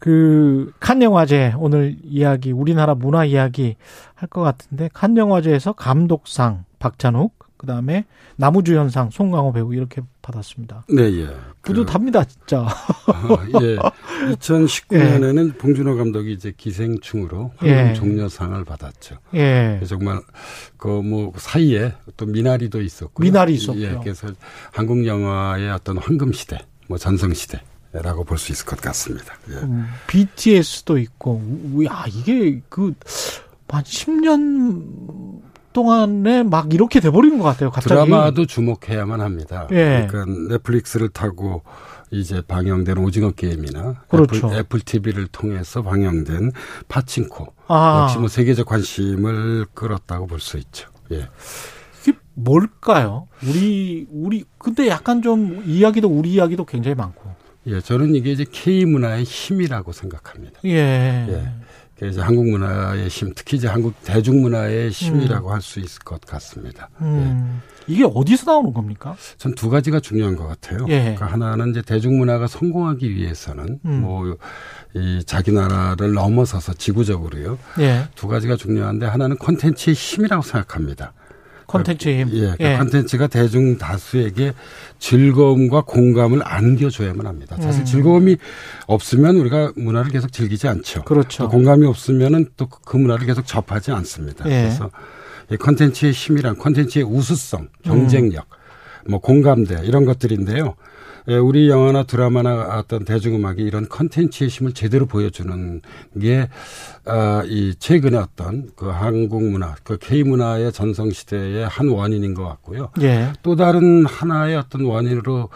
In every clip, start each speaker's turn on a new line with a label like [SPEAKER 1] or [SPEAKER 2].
[SPEAKER 1] 그, 칸 영화제, 오늘 이야기, 우리나라 문화 이야기 할 것 같은데, 칸 영화제에서 감독상, 박찬욱, 그 다음에 나무주연상, 송강호 배우 이렇게 받았습니다.
[SPEAKER 2] 네, 예.
[SPEAKER 1] 뿌듯합니다, 진짜.
[SPEAKER 2] 그, 예. 2019년에는 봉준호 감독이 이제 기생충으로
[SPEAKER 1] 예.
[SPEAKER 2] 황금 종려상을 받았죠.
[SPEAKER 1] 예.
[SPEAKER 2] 정말 그 뭐 사이에 또 미나리도 있었고
[SPEAKER 1] 미나리 있었고요.
[SPEAKER 2] 예, 그래서 한국 영화의 어떤 황금 시대, 뭐 전성 시대라고 볼 수 있을 것 같습니다. 예.
[SPEAKER 1] 음, BTS도 있고, 우- 야, 이게 그, 한 10년 동안에 막 이렇게 돼버린 것 같아요, 갑자기.
[SPEAKER 2] 드라마도 주목해야만 합니다.
[SPEAKER 1] 예.
[SPEAKER 2] 그러니까 넷플릭스를 타고 이제 방영된 오징어 게임이나
[SPEAKER 1] 그렇죠.
[SPEAKER 2] 애플, 애플 TV를 통해서 방영된 파친코
[SPEAKER 1] 아.
[SPEAKER 2] 역시 뭐 세계적 관심을 끌었다고 볼 수 있죠. 예.
[SPEAKER 1] 이게 뭘까요? 우리, 우리, 근데 약간 좀 이야기도 우리 이야기도 굉장히 많고.
[SPEAKER 2] 예, 저는 이게 이제 K 문화의 힘이라고 생각합니다.
[SPEAKER 1] 예.
[SPEAKER 2] 예. 그래서 이제 한국 문화의 힘, 특히 이제 한국 대중 문화의 힘이라고 할 수 있을 것 같습니다.
[SPEAKER 1] 음,
[SPEAKER 2] 예.
[SPEAKER 1] 이게 어디서 나오는 겁니까?
[SPEAKER 2] 전 두 가지가 중요한 것 같아요.
[SPEAKER 1] 예.
[SPEAKER 2] 그러니까 하나는 이제 대중문화가 성공하기 위해서는
[SPEAKER 1] 음.
[SPEAKER 2] 뭐 이 자기 나라를 넘어서서 지구적으로요.
[SPEAKER 1] 예.
[SPEAKER 2] 두 가지가 중요한데 하나는 콘텐츠의 힘이라고 생각합니다.
[SPEAKER 1] 컨텐츠의 힘.
[SPEAKER 2] 예, 그 콘텐츠가 대중 다수에게 즐거움과 공감을 안겨줘야만 합니다. 사실
[SPEAKER 1] 음.
[SPEAKER 2] 즐거움이 없으면 우리가 문화를 계속 즐기지 않죠.
[SPEAKER 1] 그렇죠.
[SPEAKER 2] 또 공감이 없으면은 또 그 문화를 계속 접하지 않습니다.
[SPEAKER 1] 예.
[SPEAKER 2] 그래서 이 컨텐츠의 힘이란 컨텐츠의 우수성, 경쟁력,
[SPEAKER 1] 음.
[SPEAKER 2] 뭐 공감대 이런 것들인데요. 예, 우리 영화나 드라마나 어떤 대중음악이 이런 컨텐츠의 힘을 제대로 보여주는 게, 아, 이 최근에 어떤 그 한국 문화, 그 K 문화의 전성시대의 한 원인인 것 같고요.
[SPEAKER 1] 예.
[SPEAKER 2] 또 다른 하나의 어떤 원인으로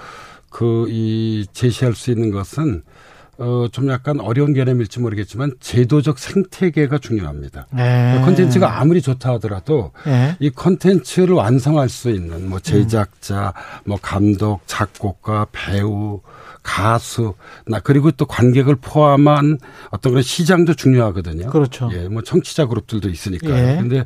[SPEAKER 2] 그 이 제시할 수 있는 것은 어 좀 약간 어려운 개념일지 모르겠지만 제도적 생태계가 중요합니다.
[SPEAKER 1] 예.
[SPEAKER 2] 콘텐츠가 아무리 좋다 하더라도
[SPEAKER 1] 예.
[SPEAKER 2] 이 콘텐츠를 완성할 수 있는 뭐 제작자, 뭐 감독, 작곡가, 배우, 가수, 나 그리고 또 관객을 포함한 어떤 그런 시장도 중요하거든요.
[SPEAKER 1] 그렇죠.
[SPEAKER 2] 예, 뭐 청취자 그룹들도 있으니까요.
[SPEAKER 1] 예.
[SPEAKER 2] 근데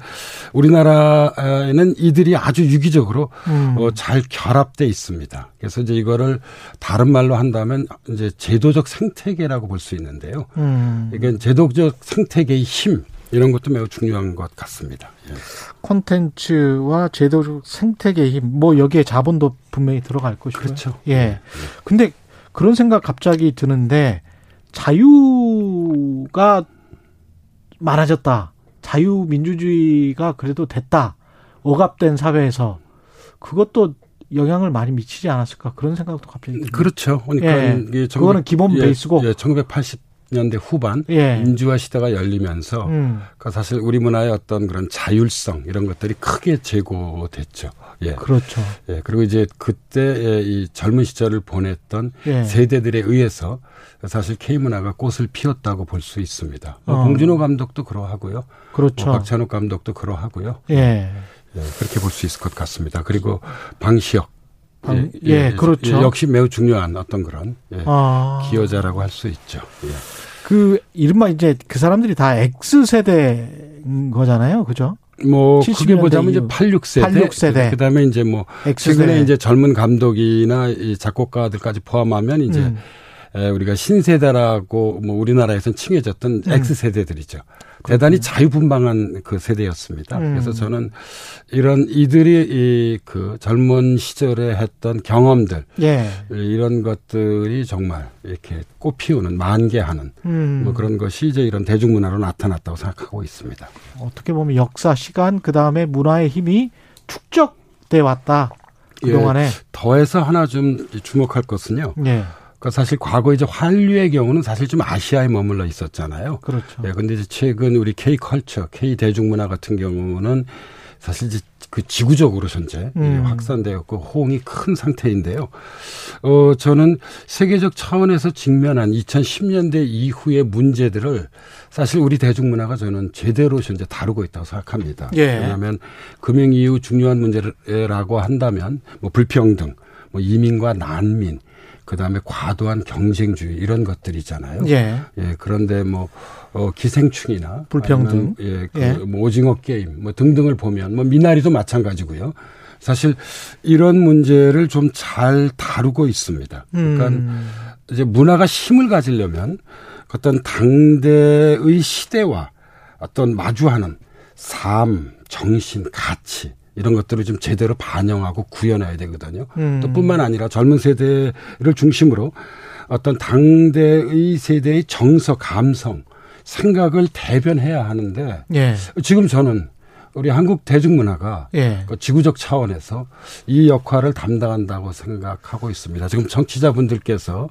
[SPEAKER 2] 우리나라에는 이들이 아주 유기적으로
[SPEAKER 1] 음.
[SPEAKER 2] 어, 잘 결합돼 있습니다. 그래서 이제 이거를 다른 말로 한다면 이제 제도적 생태계라고 볼 수 있는데요.
[SPEAKER 1] 음.
[SPEAKER 2] 이건 제도적 생태계의 힘 이런 것도 매우 중요한 것 같습니다. 예.
[SPEAKER 1] 콘텐츠와 제도적 생태계의 힘, 뭐 여기에 자본도 분명히 들어갈 것이고요.
[SPEAKER 2] 그렇죠.
[SPEAKER 1] 예. 근데 그런 생각 갑자기 드는데 자유가 많아졌다. 자유 민주주의가 그래도 됐다. 억압된 사회에서 그것도 영향을 많이 미치지 않았을까 그런 생각도 갑자기 듭니다.
[SPEAKER 2] 그렇죠. 그러니까
[SPEAKER 1] 예.
[SPEAKER 2] 이게 천-
[SPEAKER 1] 그거는 기본
[SPEAKER 2] 예,
[SPEAKER 1] 베이스고.
[SPEAKER 2] 예, 1980년대 후반
[SPEAKER 1] 예.
[SPEAKER 2] 민주화 시대가 열리면서
[SPEAKER 1] 음.
[SPEAKER 2] 그러니까 사실 우리 문화의 어떤 그런 자율성 이런 것들이 크게 제고됐죠. 예.
[SPEAKER 1] 그렇죠.
[SPEAKER 2] 예, 그리고 이제 그때 예, 이 젊은 시절을 보냈던
[SPEAKER 1] 예.
[SPEAKER 2] 세대들에 의해서 사실 K 문화가 꽃을 피웠다고 볼 수 있습니다. 뭐
[SPEAKER 1] 어.
[SPEAKER 2] 봉준호 감독도 그러하고요.
[SPEAKER 1] 그렇죠.
[SPEAKER 2] 뭐 박찬욱 감독도 그러하고요.
[SPEAKER 1] 예.
[SPEAKER 2] 예, 그렇게 볼 수 있을 것 같습니다. 그리고 방시혁.
[SPEAKER 1] 방- 예, 그렇죠.
[SPEAKER 2] 예, 역시 매우 중요한 어떤 그런 예,
[SPEAKER 1] 아.
[SPEAKER 2] 기여자라고 할 수 있죠. 예.
[SPEAKER 1] 그 이른바 이제 그 사람들이 다 X 세대인 거잖아요, 그죠?
[SPEAKER 2] 뭐
[SPEAKER 1] 70
[SPEAKER 2] 크게
[SPEAKER 1] 년대
[SPEAKER 2] 보자면 이제
[SPEAKER 1] 이후.
[SPEAKER 2] 86세대,
[SPEAKER 1] 86 세대.
[SPEAKER 2] 그다음에 이제 뭐
[SPEAKER 1] X 세대.
[SPEAKER 2] 최근에 이제 젊은 감독이나 이 작곡가들까지 포함하면 이제
[SPEAKER 1] 음.
[SPEAKER 2] 에, 우리가 신세대라고 뭐 우리나라에서는 칭해졌던
[SPEAKER 1] 음.
[SPEAKER 2] X세대들이죠. 대단히 자유분방한 그 세대였습니다.
[SPEAKER 1] 음.
[SPEAKER 2] 그래서 저는 이런 이들이 이 그 젊은 시절에 했던 경험들
[SPEAKER 1] 예.
[SPEAKER 2] 이런 것들이 정말 이렇게 꽃피우는 만개하는
[SPEAKER 1] 음.
[SPEAKER 2] 뭐 그런 것이 이제 이런 대중문화로 나타났다고 생각하고 있습니다.
[SPEAKER 1] 어떻게 보면 역사 시간 그다음에 문화의 힘이 축적돼 왔다.
[SPEAKER 2] 예.
[SPEAKER 1] 그동안에
[SPEAKER 2] 더해서 하나 좀 주목할 것은요.
[SPEAKER 1] 예.
[SPEAKER 2] 그러니까 사실 과거 이제 한류의 경우는 사실 좀 아시아에 머물러 있었잖아요.
[SPEAKER 1] 그렇죠.
[SPEAKER 2] 예, 근데 이제 최근 우리 K 컬처, K 대중문화 같은 경우는 사실 이제 그 지구적으로 현재
[SPEAKER 1] 음.
[SPEAKER 2] 확산되었고 호응이 큰 상태인데요. 어 저는 세계적 차원에서 직면한 2010년대 이후의 문제들을 사실 우리 대중문화가 저는 제대로 현재 다루고 있다고 생각합니다.
[SPEAKER 1] 예.
[SPEAKER 2] 왜냐하면 금융 이후 중요한 문제라고 한다면 뭐 불평등, 뭐 이민과 난민, 그 다음에 과도한 경쟁주의 이런 것들이잖아요.
[SPEAKER 1] 예.
[SPEAKER 2] 예, 그런데 뭐, 어, 기생충이나.
[SPEAKER 1] 불평등.
[SPEAKER 2] 아니면, 예, 그,
[SPEAKER 1] 예.
[SPEAKER 2] 뭐 오징어 게임, 뭐 등등을 보면, 뭐, 미나리도 마찬가지고요. 사실 이런 문제를 좀 잘 다루고 있습니다. 그러니까
[SPEAKER 1] 음.
[SPEAKER 2] 이제 문화가 힘을 가지려면 어떤 당대의 시대와 어떤 마주하는 삶, 정신, 가치 이런 것들을 좀 제대로 반영하고 구현해야 되거든요.
[SPEAKER 1] 음.
[SPEAKER 2] 또 뿐만 아니라 젊은 세대를 중심으로 어떤 당대의 세대의 정서, 감성, 생각을 대변해야 하는데
[SPEAKER 1] 예.
[SPEAKER 2] 지금 저는 우리 한국 대중문화가
[SPEAKER 1] 예.
[SPEAKER 2] 그 지구적 차원에서 이 역할을 담당한다고 생각하고 있습니다. 지금 정치자분들께서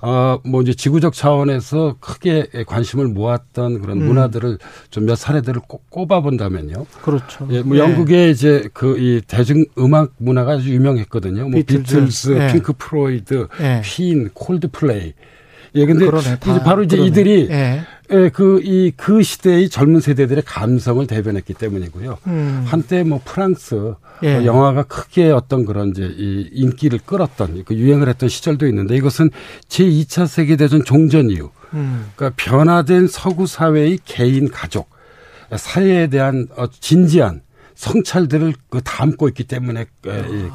[SPEAKER 2] 어, 뭐 이제 지구적 차원에서 크게 관심을 모았던 그런
[SPEAKER 1] 음.
[SPEAKER 2] 문화들을 좀 몇 사례들을 꼭 꼽아본다면요.
[SPEAKER 1] 그렇죠.
[SPEAKER 2] 예, 뭐
[SPEAKER 1] 예.
[SPEAKER 2] 영국의 이제 그 이 대중 음악 문화가 아주 유명했거든요. 뭐
[SPEAKER 1] 비틀즈,
[SPEAKER 2] 비틀즈,
[SPEAKER 1] 예.
[SPEAKER 2] 핑크 프로이드,
[SPEAKER 1] 예.
[SPEAKER 2] 퀸, 콜드플레이. 예, 근데
[SPEAKER 1] 그러네,
[SPEAKER 2] 이제
[SPEAKER 1] 다
[SPEAKER 2] 바로 이제
[SPEAKER 1] 그러네.
[SPEAKER 2] 이들이
[SPEAKER 1] 예.
[SPEAKER 2] 예, 그, 이, 그 시대의 젊은 세대들의 감성을 대변했기 때문이고요.
[SPEAKER 1] 음.
[SPEAKER 2] 한때 뭐 프랑스
[SPEAKER 1] 예.
[SPEAKER 2] 뭐 영화가 크게 어떤 그런 이제 이 인기를 끌었던 그 유행을 했던 시절도 있는데 이것은 제2차 세계대전 종전 이후
[SPEAKER 1] 음.
[SPEAKER 2] 그러니까 변화된 서구 사회의 개인 가족 사회에 대한 어, 진지한 성찰들을 그 담고 있기 때문에 에, 이,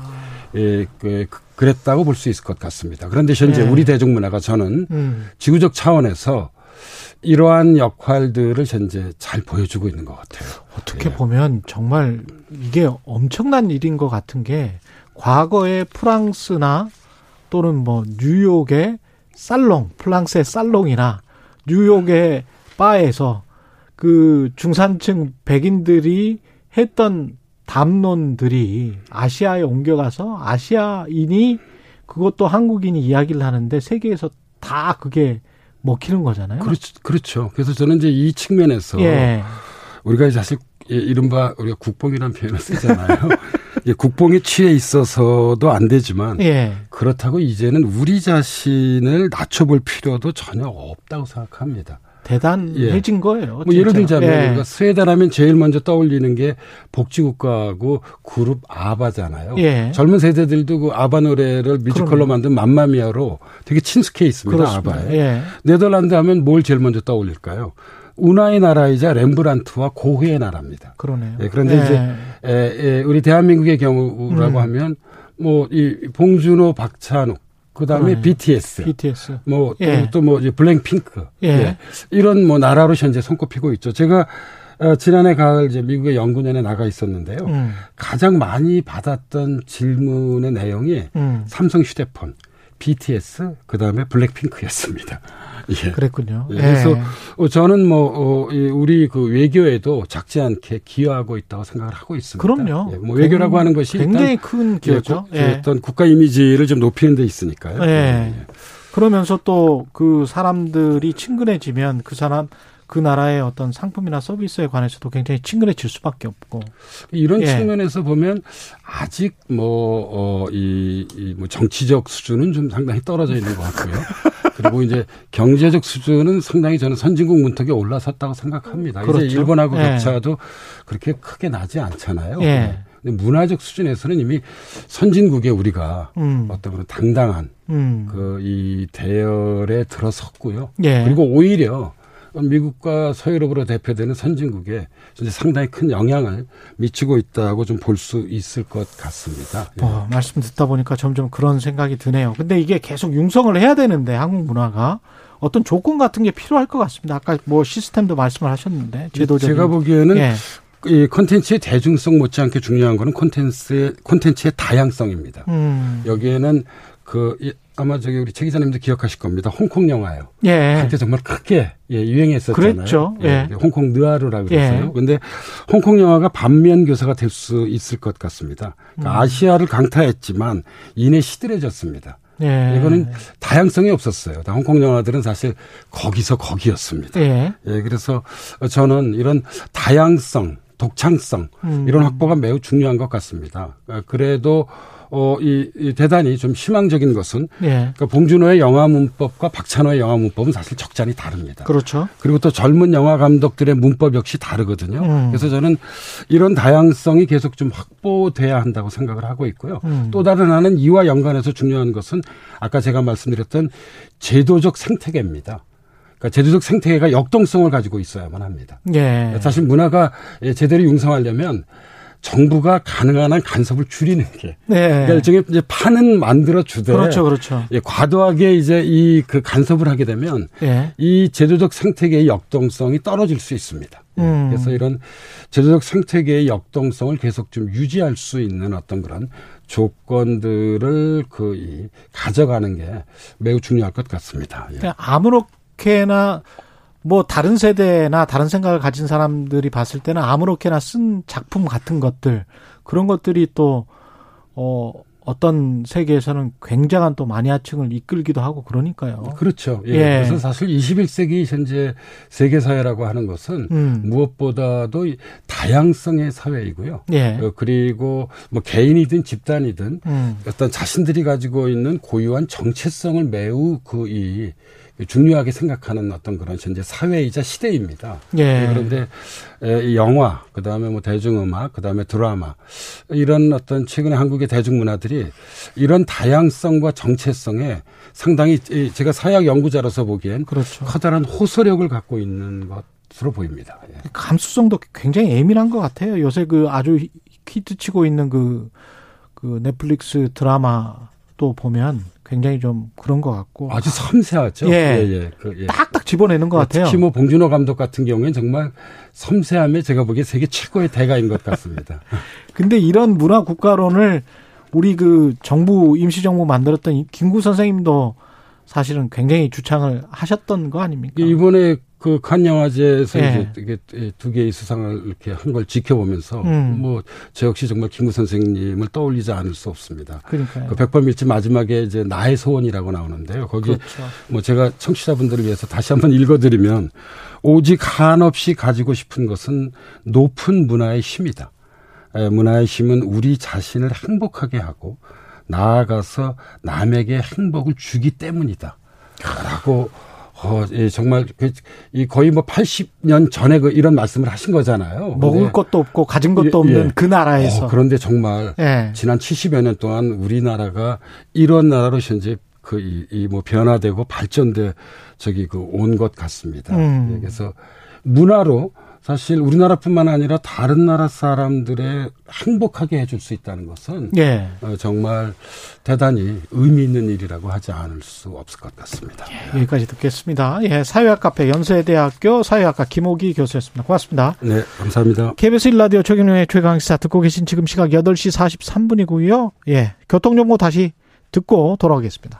[SPEAKER 2] 예, 그, 그랬다고 볼 수 있을 것 같습니다. 그런데 현재
[SPEAKER 1] 네.
[SPEAKER 2] 우리 대중문화가 저는
[SPEAKER 1] 음.
[SPEAKER 2] 지구적 차원에서 이러한 역할들을 현재 잘 보여주고 있는 것 같아요.
[SPEAKER 1] 어떻게
[SPEAKER 2] 예.
[SPEAKER 1] 보면 정말 이게 엄청난 일인 것 같은 게 과거에 프랑스나 또는 뭐 뉴욕의 살롱, 프랑스의 살롱이나 뉴욕의 바에서 그 중산층 백인들이 했던 담론들이 아시아에 옮겨가서 아시아인이 그것도 한국인이 이야기를 하는데 세계에서 다 그게 먹히는 거잖아요.
[SPEAKER 2] 그렇죠. 그렇죠. 그래서 저는 이제 이 측면에서
[SPEAKER 1] 예.
[SPEAKER 2] 우리가 사실 이- 이른바 우리가 국뽕이라는 표현을 쓰잖아요. 예, 국뽕에 취해 있어서도 안 되지만
[SPEAKER 1] 예.
[SPEAKER 2] 그렇다고 이제는 우리 자신을 낮춰볼 필요도 전혀 없다고 생각합니다.
[SPEAKER 1] 대단해진 거예요.
[SPEAKER 2] 뭐 예를
[SPEAKER 1] 진짜.
[SPEAKER 2] 들자면
[SPEAKER 1] 예.
[SPEAKER 2] 우리가 스웨덴 하면 제일 먼저 떠올리는 게 복지국가하고 그룹 아바잖아요.
[SPEAKER 1] 예.
[SPEAKER 2] 젊은 세대들도 그 아바 노래를 뮤지컬로
[SPEAKER 1] 그럼요.
[SPEAKER 2] 만든 맘마미아로 되게 친숙해 있습니다.
[SPEAKER 1] 그렇습니다.
[SPEAKER 2] 아바에.
[SPEAKER 1] 예.
[SPEAKER 2] 네덜란드 하면 뭘 제일 먼저 떠올릴까요? 운하의 나라이자 렘브란트와 고흐의 나라입니다.
[SPEAKER 1] 그러네요.
[SPEAKER 2] 예, 그런데
[SPEAKER 1] 예.
[SPEAKER 2] 이제 에, 에, 우리 대한민국의 경우라고
[SPEAKER 1] 음.
[SPEAKER 2] 하면 뭐 이 봉준호, 박찬욱, 그다음에
[SPEAKER 1] 그러네요.
[SPEAKER 2] BTS,
[SPEAKER 1] BTS.
[SPEAKER 2] 뭐
[SPEAKER 1] 예.
[SPEAKER 2] 또 뭐 블랙핑크
[SPEAKER 1] 예.
[SPEAKER 2] 예. 이런 뭐 나라로 현재 손꼽히고 있죠. 제가 어, 지난해 가을 이제 미국의 연구년에 나가 있었는데요.
[SPEAKER 1] 음.
[SPEAKER 2] 가장 많이 받았던 질문의 내용이
[SPEAKER 1] 음.
[SPEAKER 2] 삼성 휴대폰, BTS, 그다음에 블랙핑크였습니다. 예.
[SPEAKER 1] 그랬군요.
[SPEAKER 2] 예, 그래서 어, 저는 뭐 어, 이 우리 그 외교에도 작지 않게 기여하고 있다고 생각을 하고 있습니다.
[SPEAKER 1] 그럼요.
[SPEAKER 2] 예, 뭐 외교라고 하는 것이
[SPEAKER 1] 굉장히
[SPEAKER 2] 일단
[SPEAKER 1] 큰
[SPEAKER 2] 예,
[SPEAKER 1] 기회죠.
[SPEAKER 2] 국- 어떤 국가 이미지를 좀 높이는 데 있으니까요.
[SPEAKER 1] 예. 그러면서 또 그 사람들이 친근해지면 그 사람 그 나라의 어떤 상품이나 서비스에 관해서도 굉장히 친근해질 수밖에 없고.
[SPEAKER 2] 이런
[SPEAKER 1] 예.
[SPEAKER 2] 측면에서 보면 아직 뭐, 뭐어이뭐 정치적 수준은 좀 상당히 떨어져 있는 것 같고요. 그리고 이제 경제적 수준은 상당히 저는 선진국 문턱에 올라섰다고 생각합니다.
[SPEAKER 1] 그렇죠.
[SPEAKER 2] 이제 일본하고
[SPEAKER 1] 예.
[SPEAKER 2] 격차도 그렇게 크게 나지 않잖아요.
[SPEAKER 1] 예.
[SPEAKER 2] 근데 문화적 수준에서는 이미 선진국에 우리가
[SPEAKER 1] 음.
[SPEAKER 2] 어떤 그런 당당한
[SPEAKER 1] 음.
[SPEAKER 2] 그 이 대열에 들어섰고요.
[SPEAKER 1] 예.
[SPEAKER 2] 그리고 오히려 미국과 서유럽으로 대표되는 선진국에 진짜 상당히 큰 영향을 미치고 있다고 좀 볼 수 있을 것 같습니다. 예.
[SPEAKER 1] 어, 말씀 듣다 보니까 점점 그런 생각이 드네요. 근데 이게 계속 융성을 해야 되는데 한국 문화가 어떤 조건 같은 게 필요할 것 같습니다. 아까 뭐 시스템도 말씀을 하셨는데 제도적인
[SPEAKER 2] 네, 제가 보기에는
[SPEAKER 1] 예.
[SPEAKER 2] 이 콘텐츠의 대중성 못지않게 중요한 거는 콘텐츠의 콘텐츠의 다양성입니다.
[SPEAKER 1] 음.
[SPEAKER 2] 여기에는 그 이- 아마 저기 우리 최 기자님도 기억하실 겁니다. 홍콩 영화요.
[SPEAKER 1] 예.
[SPEAKER 2] 한때 정말 크게 예, 유행했었잖아요.
[SPEAKER 1] 그랬죠. 예.
[SPEAKER 2] 홍콩 느아르라
[SPEAKER 1] 예.
[SPEAKER 2] 그랬어요. 근데 홍콩 영화가 반면 교사가 될 수 있을 것 같습니다.
[SPEAKER 1] 음.
[SPEAKER 2] 그러니까 아시아를 강타했지만 이내 시들해졌습니다.
[SPEAKER 1] 예.
[SPEAKER 2] 이거는 다양성이 없었어요. 다 홍콩 영화들은 사실 거기서 거기였습니다.
[SPEAKER 1] 예.
[SPEAKER 2] 예, 그래서 저는 이런 다양성 독창성
[SPEAKER 1] 음.
[SPEAKER 2] 이런 확보가 매우 중요한 것 같습니다. 그래도 어, 이, 이 대단히 좀 희망적인 것은
[SPEAKER 1] 예.
[SPEAKER 2] 그러니까 봉준호의 영화 문법과 박찬호의 영화 문법은 사실 적잖이 다릅니다.
[SPEAKER 1] 그렇죠.
[SPEAKER 2] 그리고 또 젊은 영화 감독들의 문법 역시 다르거든요.
[SPEAKER 1] 음.
[SPEAKER 2] 그래서 저는 이런 다양성이 계속 좀 확보돼야 한다고 생각을 하고 있고요.
[SPEAKER 1] 음.
[SPEAKER 2] 또 다른 하나는 이와 연관해서 중요한 것은 아까 제가 말씀드렸던 제도적 생태계입니다. 그러니까 제도적 생태계가 역동성을 가지고 있어야만 합니다.
[SPEAKER 1] 예.
[SPEAKER 2] 사실 문화가 예, 제대로 융성하려면 정부가 가능한 한 간섭을 줄이는 게
[SPEAKER 1] 예.
[SPEAKER 2] 그러니까 일종의 이제 판은 만들어 주되
[SPEAKER 1] 그렇죠, 그렇죠.
[SPEAKER 2] 예, 과도하게 이제 이 그 간섭을 하게 되면
[SPEAKER 1] 예.
[SPEAKER 2] 이 제도적 생태계의 역동성이 떨어질 수 있습니다. 예,
[SPEAKER 1] 음.
[SPEAKER 2] 그래서 이런 제도적 생태계의 역동성을 계속 좀 유지할 수 있는 어떤 그런 조건들을 그 이, 가져가는 게 매우 중요할 것 같습니다. 예.
[SPEAKER 1] 그냥 아무렇게나 뭐 다른 세대나 다른 생각을 가진 사람들이 봤을 때는 아무렇게나 쓴 작품 같은 것들 그런 것들이 또 어, 어떤 세계에서는 굉장한 또 마니아층을 이끌기도 하고 그러니까요.
[SPEAKER 2] 그렇죠. 예.
[SPEAKER 1] 예.
[SPEAKER 2] 그래서 사실 21세기 현재 세계 사회라고 하는 것은
[SPEAKER 1] 음.
[SPEAKER 2] 무엇보다도 이 다양성의 사회이고요.
[SPEAKER 1] 예.
[SPEAKER 2] 어, 그리고 뭐 개인이든 집단이든
[SPEAKER 1] 음.
[SPEAKER 2] 어떤 자신들이 가지고 있는 고유한 정체성을 매우 그 이 중요하게 생각하는 어떤 그런 현재 사회이자 시대입니다.
[SPEAKER 1] 예.
[SPEAKER 2] 그런데 에, 이 영화, 그 다음에 뭐 대중음악, 그 다음에 드라마 이런 어떤 최근에 한국의 대중문화들이 이런 다양성과 정체성에 상당히 이 제가 사학 연구자로서 보기엔
[SPEAKER 1] 그렇죠.
[SPEAKER 2] 커다란 호소력을 갖고 있는 것으로 보입니다. 예.
[SPEAKER 1] 감수성도 굉장히 예민한 것 같아요. 요새 그 아주 히- 히트치고 있는 그, 그 넷플릭스 드라마 또 보면 굉장히 좀 그런 것 같고
[SPEAKER 2] 아주 섬세하죠.
[SPEAKER 1] 예.
[SPEAKER 2] 그, 예.
[SPEAKER 1] 딱딱 집어내는 것 같아요.
[SPEAKER 2] 특히 뭐 봉준호 감독 같은 경우에는 정말 섬세함에 제가 보기에 세계 최고의 대가인 것 같습니다.
[SPEAKER 1] 근데 이런 문화 국가론을 우리 그 정부 임시정부 만들었던 이 김구 선생님도 사실은 굉장히 주창을 하셨던 거 아닙니까?
[SPEAKER 2] 이게 이번에 그 칸 영화제에서
[SPEAKER 1] 예.
[SPEAKER 2] 이제 이게 두 개의 수상을 이렇게 한 걸 지켜보면서
[SPEAKER 1] 음.
[SPEAKER 2] 뭐 저 역시 정말 김구 선생님을 떠올리지 않을 수 없습니다.
[SPEAKER 1] 그러니까요.
[SPEAKER 2] 그 백범일지 마지막에 이제 나의 소원이라고 나오는데요. 거기
[SPEAKER 1] 그렇죠.
[SPEAKER 2] 뭐 제가 청취자분들을 위해서 다시 한번 읽어드리면 오직 한없이 가지고 싶은 것은 높은 문화의 힘이다. 에, 문화의 힘은 우리 자신을 행복하게 하고 나아가서 남에게 행복을 주기 때문이다. 라고 어, 예, 정말 그, 이 거의 뭐 80년 전에 그 이런 말씀을 하신 거잖아요.
[SPEAKER 1] 먹을
[SPEAKER 2] 근데,
[SPEAKER 1] 것도 없고 가진
[SPEAKER 2] 네. 예,
[SPEAKER 1] 것도 없는
[SPEAKER 2] 예.
[SPEAKER 1] 그 나라에서
[SPEAKER 2] 어, 그런데 정말
[SPEAKER 1] 예.
[SPEAKER 2] 지난 70여 년 동안 우리나라가 이런 나라로 현재 그 이 뭐 변화되고 발전돼 저기 그 온 것 같습니다.
[SPEAKER 1] 음.
[SPEAKER 2] 예, 그래서 문화로 사실 우리나라뿐만 아니라 다른 나라 사람들의 행복하게 해줄 수 있다는 것은
[SPEAKER 1] 예.
[SPEAKER 2] 어, 정말 대단히 의미 있는 일이라고 하지 않을 수 없을 것 같습니다.
[SPEAKER 1] 여기까지 듣겠습니다. 예, 사회학 카페 연세대학교 사회학과 김호기 교수였습니다. 고맙습니다.
[SPEAKER 2] 네, 감사합니다.
[SPEAKER 1] KBS 1라디오 최경영의 최강시사 듣고 계신 지금 시각 8시 43분이고요. 예, 교통정보 다시 듣고 돌아오겠습니다.